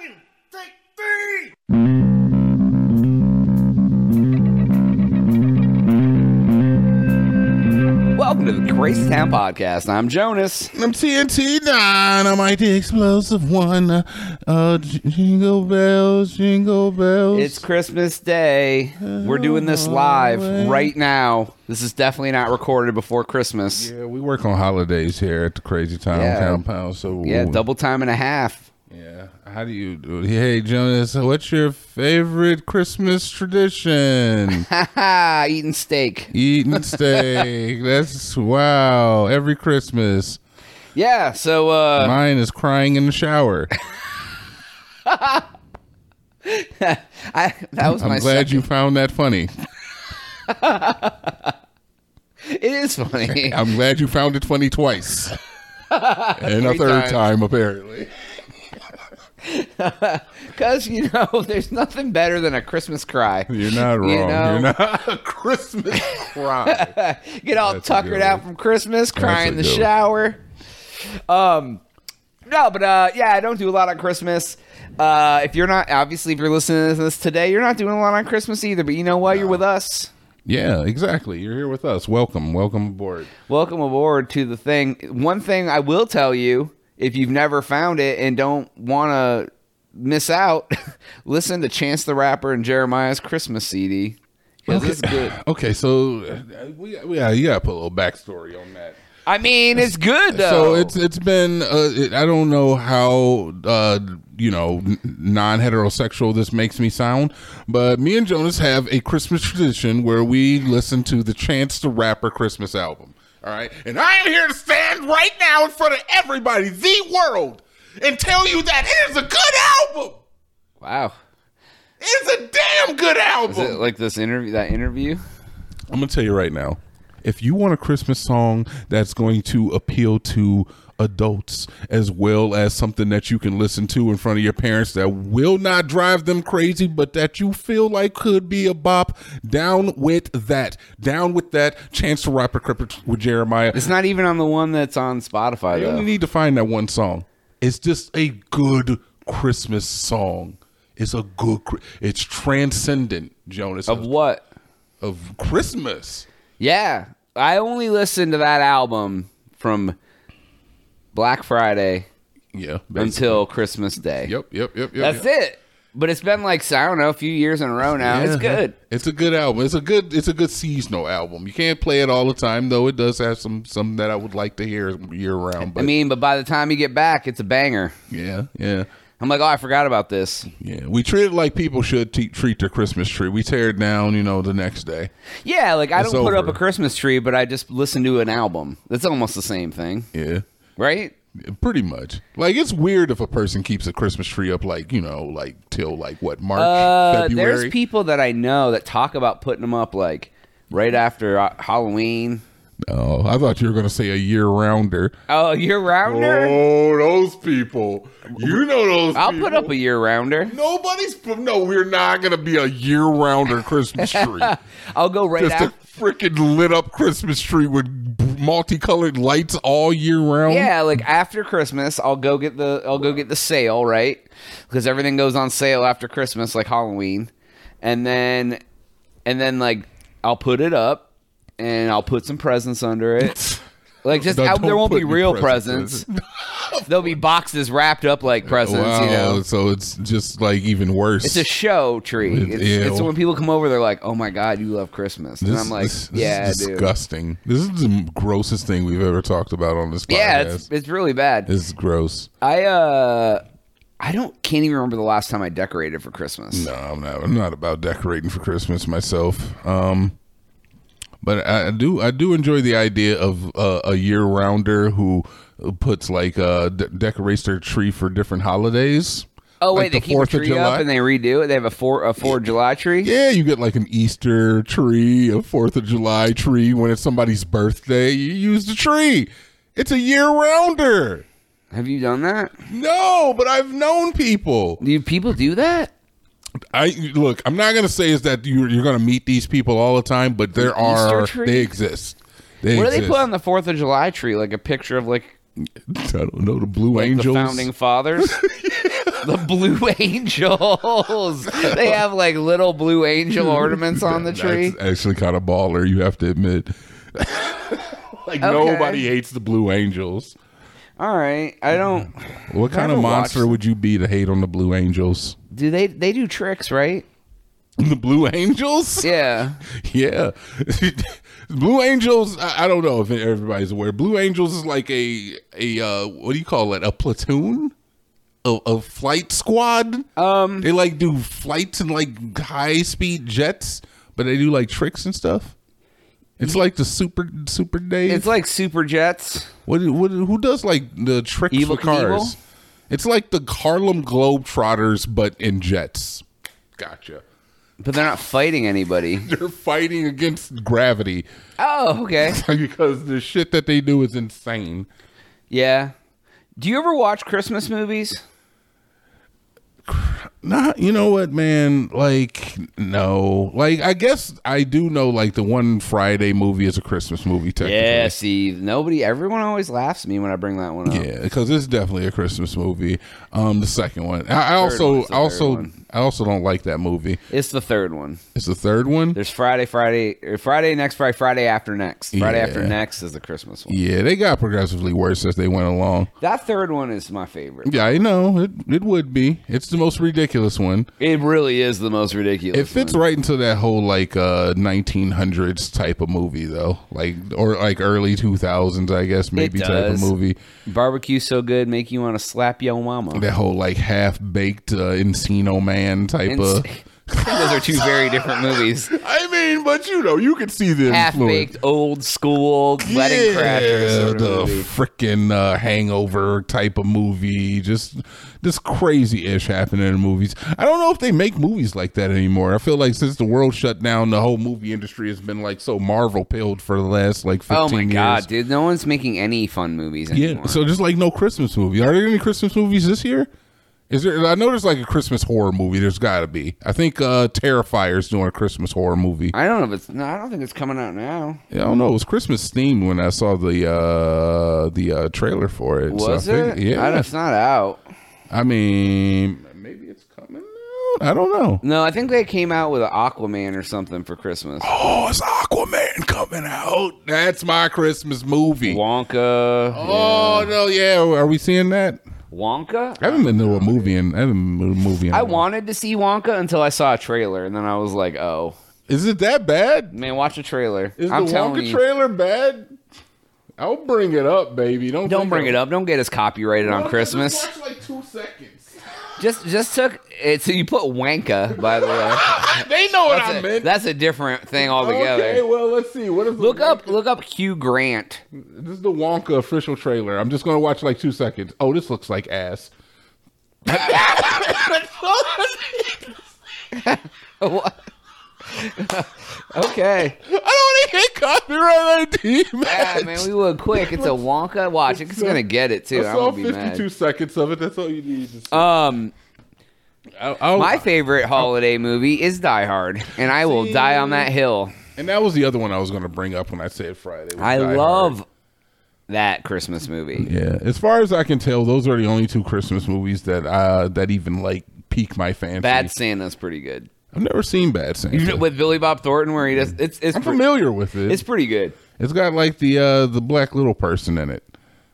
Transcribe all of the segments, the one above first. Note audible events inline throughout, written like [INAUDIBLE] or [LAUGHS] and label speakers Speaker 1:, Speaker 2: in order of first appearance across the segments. Speaker 1: Take three!
Speaker 2: Welcome to the Gracetown Podcast. I'm Jonas.
Speaker 3: I'm TNT Dynamite, the explosive one. Uh, j- jingle bells, jingle bells.
Speaker 2: It's Christmas Day. We're doing this live right now. This is definitely not recorded before Christmas.
Speaker 3: yeah, we work on holidays here at the Crazy Town
Speaker 2: Yeah.
Speaker 3: Compound. So
Speaker 2: Yeah, double time and a half.
Speaker 3: Yeah. How do you do? it? Hey, Jonas, what's your favorite Christmas [LAUGHS] tradition?
Speaker 2: Haha, eating steak.
Speaker 3: Eating steak. That's wow. Every Christmas,
Speaker 2: Yeah, so uh
Speaker 3: mine is crying in the shower.
Speaker 2: I that was my
Speaker 3: I'm glad you found that funny.
Speaker 2: It is funny.
Speaker 3: [LAUGHS] I'm glad you found it funny
Speaker 2: [LAUGHS]
Speaker 3: twice. and a
Speaker 2: Three
Speaker 3: third
Speaker 2: times.
Speaker 3: time, apparently.
Speaker 2: Cuz you know, [LAUGHS] there's nothing better than a Christmas cry.
Speaker 3: You're not wrong.
Speaker 2: You
Speaker 3: You
Speaker 2: know?
Speaker 3: are
Speaker 2: [LAUGHS]
Speaker 3: not a Christmas cry.
Speaker 2: Get all
Speaker 3: That's a
Speaker 2: tuckered
Speaker 3: good
Speaker 2: out
Speaker 3: one.
Speaker 2: from Christmas, cry
Speaker 3: That's
Speaker 2: in
Speaker 3: a
Speaker 2: the
Speaker 3: good one.
Speaker 2: shower. Um, no, but uh, yeah, I don't do a lot on Christmas. Uh, if you're not, obviously, if you're listening to this today, you're not doing a lot on Christmas either. But you know what? You're with us.
Speaker 3: yeah, exactly. You're here with us. Welcome, welcome aboard.
Speaker 2: Welcome aboard to the thing. One thing I will tell you, if you've never found it and don't want to miss out, [LAUGHS] listen to Chance the Rapper and Jeremiah's Christmas CD. 'Cause
Speaker 3: [LAUGHS]
Speaker 2: it's good.
Speaker 3: Okay, so uh, we, we yeah, you gotta put a little backstory on that.
Speaker 2: I mean, it's good though.
Speaker 3: So it's it's been uh, it, I don't know how uh, you know n- non-heterosexual this makes me sound, but me and Jonas have a Christmas tradition where we listen to the Chance the Rapper Christmas album. All right, and I am here to stand right now in front of everybody, the world, and tell you that it is a good album.
Speaker 2: wow.
Speaker 3: It's a damn good album.
Speaker 2: Is it like this interview? That interview?
Speaker 3: I'm gonna tell you right now. If you want a Christmas song that's going to appeal to adults as well as something that you can listen to in front of your parents that will not drive them crazy, but that you feel like could be a bop, down with that. Down with that. Chance to Rapper Crip with Jeremiah.
Speaker 2: It's not even on the one that's on Spotify
Speaker 3: You only
Speaker 2: though.
Speaker 3: need to find that one song. It's just a good Christmas song. It's a good. Chri- It's transcendent, Jonas,
Speaker 2: Of what?
Speaker 3: of Christmas.
Speaker 2: Yeah, I only listened to that album from Black Friday
Speaker 3: Yeah.
Speaker 2: until Christmas Day.
Speaker 3: Yep, yep, yep, yep.
Speaker 2: That's it. But it's been like I don't know a few years in a row now.
Speaker 3: [LAUGHS]
Speaker 2: It's good.
Speaker 3: It's a good album. It's a good. It's a good seasonal album. You can't play it all the time, though. It does have some some that I would like to hear year round. But
Speaker 2: I mean, but by the time you get back, it's a banger.
Speaker 3: yeah, yeah,
Speaker 2: I'm like, oh, I forgot about this.
Speaker 3: yeah. We treat it like people should te- treat their Christmas tree. We tear it down, you know, the next day.
Speaker 2: Yeah, like I
Speaker 3: It's
Speaker 2: don't put up
Speaker 3: over.
Speaker 2: a Christmas tree, but I just listen to an album. That's almost the same thing,
Speaker 3: Yeah,
Speaker 2: right?
Speaker 3: pretty much. Like it's weird if a person keeps a Christmas tree up, like you know, like till like what March,
Speaker 2: Uh,
Speaker 3: February.
Speaker 2: there's people that I know that talk about putting them up like right after uh, Halloween.
Speaker 3: oh, I thought you were gonna say a year rounder.
Speaker 2: Oh, year rounder.
Speaker 3: Oh, those people. You know those.
Speaker 2: I'll put up a year rounder.
Speaker 3: Nobody's. No, we're not gonna be a year-rounder Christmas tree.
Speaker 2: I'll go right
Speaker 3: Just a
Speaker 2: after.
Speaker 3: freaking lit-up Christmas tree with multicolored lights all year round.
Speaker 2: Yeah, like after Christmas, I'll go get the I'll go get the sale right because everything goes on sale after Christmas, like Halloween, and then and then like I'll put it up and I'll put some presents
Speaker 3: [LAUGHS]
Speaker 2: under it. Like just
Speaker 3: No,
Speaker 2: I,
Speaker 3: don't
Speaker 2: there won't
Speaker 3: put
Speaker 2: be
Speaker 3: any
Speaker 2: real presents.
Speaker 3: presents.
Speaker 2: There'll be boxes wrapped up like presents.
Speaker 3: Wow.
Speaker 2: You know,
Speaker 3: So it's just like even worse.
Speaker 2: it's a show tree.
Speaker 3: Ew.
Speaker 2: It's, it's when people come over, they're like, "Oh my god, you love Christmas," and
Speaker 3: This-
Speaker 2: I'm like,
Speaker 3: this- this
Speaker 2: "Yeah,
Speaker 3: is
Speaker 2: dude."
Speaker 3: disgusting. This is the grossest thing we've ever talked about on this podcast.
Speaker 2: Yeah, it's, it's really bad.
Speaker 3: this is gross.
Speaker 2: I uh I don't can't even remember the last time I decorated for Christmas.
Speaker 3: No, I'm not. I'm not about decorating for Christmas myself. Um, but I I do. I do enjoy the idea of uh, a year rounder who puts like uh, de- decorates their tree for different holidays.
Speaker 2: Oh wait,
Speaker 3: Like
Speaker 2: they
Speaker 3: the
Speaker 2: keep a
Speaker 3: 4th of
Speaker 2: tree up
Speaker 3: July?
Speaker 2: and they redo it. They have a four a four July tree.
Speaker 3: Yeah, you get like an Easter tree, a Fourth of July tree. When it's somebody's birthday, you use the tree. It's a year rounder.
Speaker 2: Have you done that?
Speaker 3: No, but I've known people.
Speaker 2: Do people do that?
Speaker 3: I look. I'm not gonna say is that you're, you're gonna meet these people all the time, but there are
Speaker 2: tree?
Speaker 3: they exist. They
Speaker 2: What do they
Speaker 3: exist.
Speaker 2: put on the Fourth of July tree? Like a picture of like
Speaker 3: [LAUGHS] I don't know the Blue
Speaker 2: like the
Speaker 3: Angels. [LAUGHS]
Speaker 2: founding fathers. the Blue [LAUGHS] Angels. They have like little Blue Angel ornaments on the
Speaker 3: [LAUGHS]
Speaker 2: tree.
Speaker 3: That's actually kind of baller, you have to
Speaker 2: [LAUGHS]
Speaker 3: admit. like nobody hates the Blue Angels.
Speaker 2: All right, I don't.
Speaker 3: What kind
Speaker 2: Never
Speaker 3: of
Speaker 2: watched
Speaker 3: monster would you be to hate on the Blue Angels? [LAUGHS]
Speaker 2: Do they? They do tricks, right?
Speaker 3: The Blue Angels?
Speaker 2: Yeah.
Speaker 3: [LAUGHS] Yeah. Blue Angels, I, I don't know if everybody's aware. Blue Angels is like a a uh, what do you call it? A platoon? A, a flight squad?
Speaker 2: Um.
Speaker 3: They like do flights and like high speed jets, but they do like tricks and stuff. It's like the super super Dave.
Speaker 2: It's like Super Jets.
Speaker 3: what, what who does like the tricks
Speaker 2: Evel
Speaker 3: for cars?
Speaker 2: Knievel?
Speaker 3: It's like the Harlem Globetrotters, but in jets. Gotcha. [LAUGHS]
Speaker 2: But they're not fighting anybody.
Speaker 3: They're fighting against gravity
Speaker 2: Oh, okay.
Speaker 3: [LAUGHS] because the shit that they do is insane.
Speaker 2: Yeah. Do you ever watch Christmas movies?
Speaker 3: Not, you know what, man? Like, no. Like, I guess I do know. Like, the one Friday movie is a Christmas movie. Technically.
Speaker 2: Yeah, see, nobody, everyone always laughs at me when I bring that one up.
Speaker 3: Yeah, because it's definitely a Christmas movie. Um, the second one. I, I
Speaker 2: one
Speaker 3: also,
Speaker 2: is the
Speaker 3: I also,
Speaker 2: third one.
Speaker 3: I also don't like that movie.
Speaker 2: It's the third one.
Speaker 3: It's the third one.
Speaker 2: There's Friday, Friday, or Friday, next Friday, Friday after next. Friday
Speaker 3: Yeah.
Speaker 2: after next is the Christmas one.
Speaker 3: Yeah, they got progressively worse as they went along.
Speaker 2: That third one is my favorite.
Speaker 3: Yeah, I know it. It would be. It's the most ridiculous one.
Speaker 2: It really is the most ridiculous.
Speaker 3: It fits
Speaker 2: one.
Speaker 3: right into that whole like uh 1900s type of movie though, like or like early 2000s, I guess maybe type of
Speaker 2: does.
Speaker 3: movie.
Speaker 2: Barbecue so good, make you want to slap your mama.
Speaker 3: That whole like half baked uh, Encino Man type
Speaker 2: And [LAUGHS]
Speaker 3: of.
Speaker 2: s- those are two very different movies.
Speaker 3: I mean, but you know, you could see the
Speaker 2: Half
Speaker 3: influence.
Speaker 2: baked, old school, wedding crashers. Sort of
Speaker 3: the
Speaker 2: movie.
Speaker 3: freaking uh, hangover type of movie. Just this crazy ish happening in movies. I don't know if they make movies like that anymore. I feel like since the world shut down, the whole movie industry has been like so Marvel pilled for the last like 15
Speaker 2: Oh my
Speaker 3: years.
Speaker 2: god, dude! No one's making any fun movies
Speaker 3: Yeah,
Speaker 2: anymore.
Speaker 3: so just like no Christmas movie. Are there any Christmas movies this year? Is there? I know there's like a Christmas horror movie. There's got to be. I think uh Terrifier's doing a Christmas horror movie.
Speaker 2: I don't know if it's. No, I don't think it's coming out now.
Speaker 3: I don't know. It was Christmas themed when I saw the uh the uh trailer for it. So I
Speaker 2: Was
Speaker 3: think-
Speaker 2: it? I don't-
Speaker 3: yeah.
Speaker 2: it's not out.
Speaker 3: I mean, maybe it's coming out. I don't know.
Speaker 2: No, I think they came out with an Aquaman or something for Christmas.
Speaker 3: Oh, it's Aquaman coming out. That's my Christmas movie.
Speaker 2: Wonka.
Speaker 3: Oh no, yeah. Are we seeing that?
Speaker 2: Wonka.
Speaker 3: I haven't been to a movie in. I haven't been to a movie. In a
Speaker 2: I
Speaker 3: while.
Speaker 2: wanted to see Wonka until I saw a trailer, and then I was like, "Oh
Speaker 3: Is it that bad?
Speaker 2: man, watch the trailer."
Speaker 3: Is
Speaker 2: I'm
Speaker 3: the
Speaker 2: telling
Speaker 3: Wonka
Speaker 2: you,
Speaker 3: trailer bad? I'll bring it up, baby. Don't
Speaker 2: don't bring it up. Don't get us copyrighted on Christmas.
Speaker 3: Just watch like two seconds.
Speaker 2: Just, just took it. So you put Wanka, by the way.
Speaker 3: they know what I
Speaker 2: That's a,
Speaker 3: meant.
Speaker 2: that's a different thing altogether.
Speaker 3: Okay, well, let's see. What is the
Speaker 2: Look
Speaker 3: Wonka-
Speaker 2: up, look up Hugh Grant.
Speaker 3: This is the Wonka official trailer. I'm just gonna watch like two seconds. Oh, this looks like ass. [LAUGHS]
Speaker 2: What? okay.
Speaker 3: I don't even copyright ID, man.
Speaker 2: [LAUGHS] Yeah, Ah, man, we were quick. It's a Wonka. Watch, it's gonna get it too.
Speaker 3: I
Speaker 2: I'm
Speaker 3: saw
Speaker 2: gonna be
Speaker 3: 52
Speaker 2: mad.
Speaker 3: seconds of it. That's all you need. to see.
Speaker 2: Um,
Speaker 3: I- I'll-
Speaker 2: my favorite holiday movie is Die Hard, and I will die on that hill.
Speaker 3: and that was the other one I was gonna bring up when I said Friday. was
Speaker 2: I
Speaker 3: Die Hard.
Speaker 2: love that Christmas movie.
Speaker 3: Yeah, as far as I can tell, those are the only two Christmas movies that uh that even like pique my fancy.
Speaker 2: Bad Santa's pretty good.
Speaker 3: I've never seen Bad
Speaker 2: You know,
Speaker 3: Santa.
Speaker 2: With Billy Bob Thornton, where he does it's it's
Speaker 3: I'm
Speaker 2: pre-
Speaker 3: familiar with it.
Speaker 2: it's
Speaker 3: It's,
Speaker 2: pretty good.
Speaker 3: it's got like the uh the black little person in it.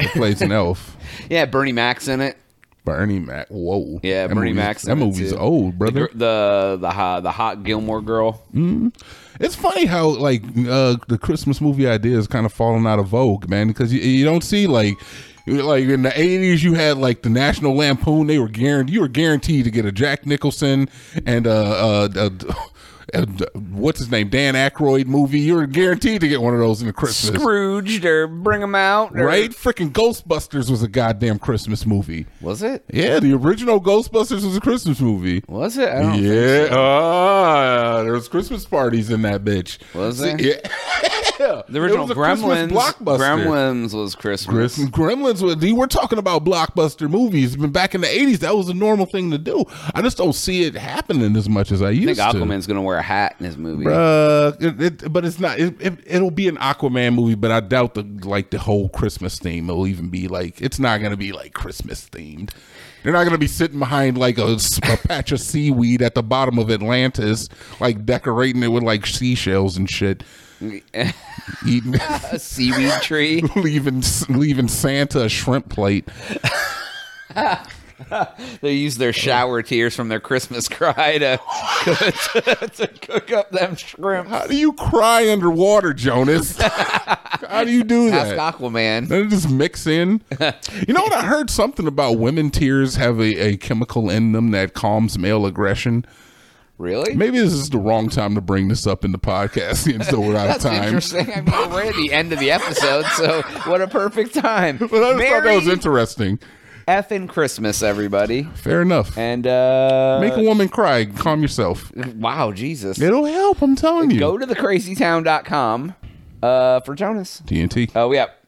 Speaker 3: It plays
Speaker 2: [LAUGHS]
Speaker 3: an elf.
Speaker 2: Yeah, Bernie Mac's in it.
Speaker 3: Bernie Mac. Whoa.
Speaker 2: Yeah,
Speaker 3: That
Speaker 2: Bernie
Speaker 3: movie's-
Speaker 2: Mac's
Speaker 3: That
Speaker 2: in it,
Speaker 3: movie's
Speaker 2: too.
Speaker 3: old,
Speaker 2: The
Speaker 3: brother.
Speaker 2: gr- the the hot, the hot Gilmore girl.
Speaker 3: Mm-hmm. It's funny how like uh, the Christmas movie idea is kind of falling out of vogue, man. Because you, you don't see like like in the eighties, you had like the National Lampoon. They were guaranteed you were guaranteed to get a Jack Nicholson and uh, uh, uh, uh, what's his name Dan Aykroyd movie. You were guaranteed to get one of those in the Christmas.
Speaker 2: Scrooged or Bring 'em Out. Or,
Speaker 3: Right, freaking Ghostbusters was a goddamn Christmas movie.
Speaker 2: Was it?
Speaker 3: Yeah, the original Ghostbusters was a Christmas movie.
Speaker 2: Was it? I don't think
Speaker 3: Yeah, ah, there was Christmas parties in that bitch.
Speaker 2: Was
Speaker 3: See,
Speaker 2: there?
Speaker 3: Yeah,
Speaker 2: The original
Speaker 3: It was a
Speaker 2: Gremlins.
Speaker 3: Christmas blockbuster.
Speaker 2: Gremlins was Christmas.
Speaker 3: Chris- Gremlins. was- We're talking about blockbuster movies. But back in the eighties, that was a normal thing to do. I just don't see it happening as much as I
Speaker 2: I think
Speaker 3: used to.
Speaker 2: Aquaman's gonna wear a hat in his movie.
Speaker 3: Uh, it, it, but it's not. It, it, it'll be an Aquaman movie, but I doubt the like the whole Christmas theme. It'll even be like it's not gonna be like Christmas themed. They're not going to be sitting behind like a, s- a patch of seaweed at the bottom of Atlantis, like decorating it with like seashells and shit. Eating, [LAUGHS]
Speaker 2: A seaweed tree.
Speaker 3: leaving, s- leaving Santa a shrimp plate.
Speaker 2: They use their shower tears from their Christmas cry to, to cook [LAUGHS] up them shrimp.
Speaker 3: How do you cry underwater, Jonas? How do you do
Speaker 2: Ask
Speaker 3: that?
Speaker 2: Aquaman.
Speaker 3: Then it just mix
Speaker 2: [LAUGHS]
Speaker 3: in. You know what? I heard something about women tears have a, a chemical in them that calms male aggression.
Speaker 2: Really?
Speaker 3: Maybe this is the wrong time to bring this up in the podcast, [LAUGHS] even though we're out of
Speaker 2: That's
Speaker 3: time.
Speaker 2: interesting. I mean, we're at the end of the episode, so what a perfect time.
Speaker 3: But I just thought that was
Speaker 2: Merry
Speaker 3: interesting.
Speaker 2: effing Christmas, everybody.
Speaker 3: Fair enough.
Speaker 2: And uh
Speaker 3: Make a woman cry. Calm
Speaker 2: [LAUGHS]
Speaker 3: yourself.
Speaker 2: wow, Jesus.
Speaker 3: It'll help. I'm telling you.
Speaker 2: Go to thecrazytown.com uh for Jonas.
Speaker 3: TNT.
Speaker 2: Uh we out.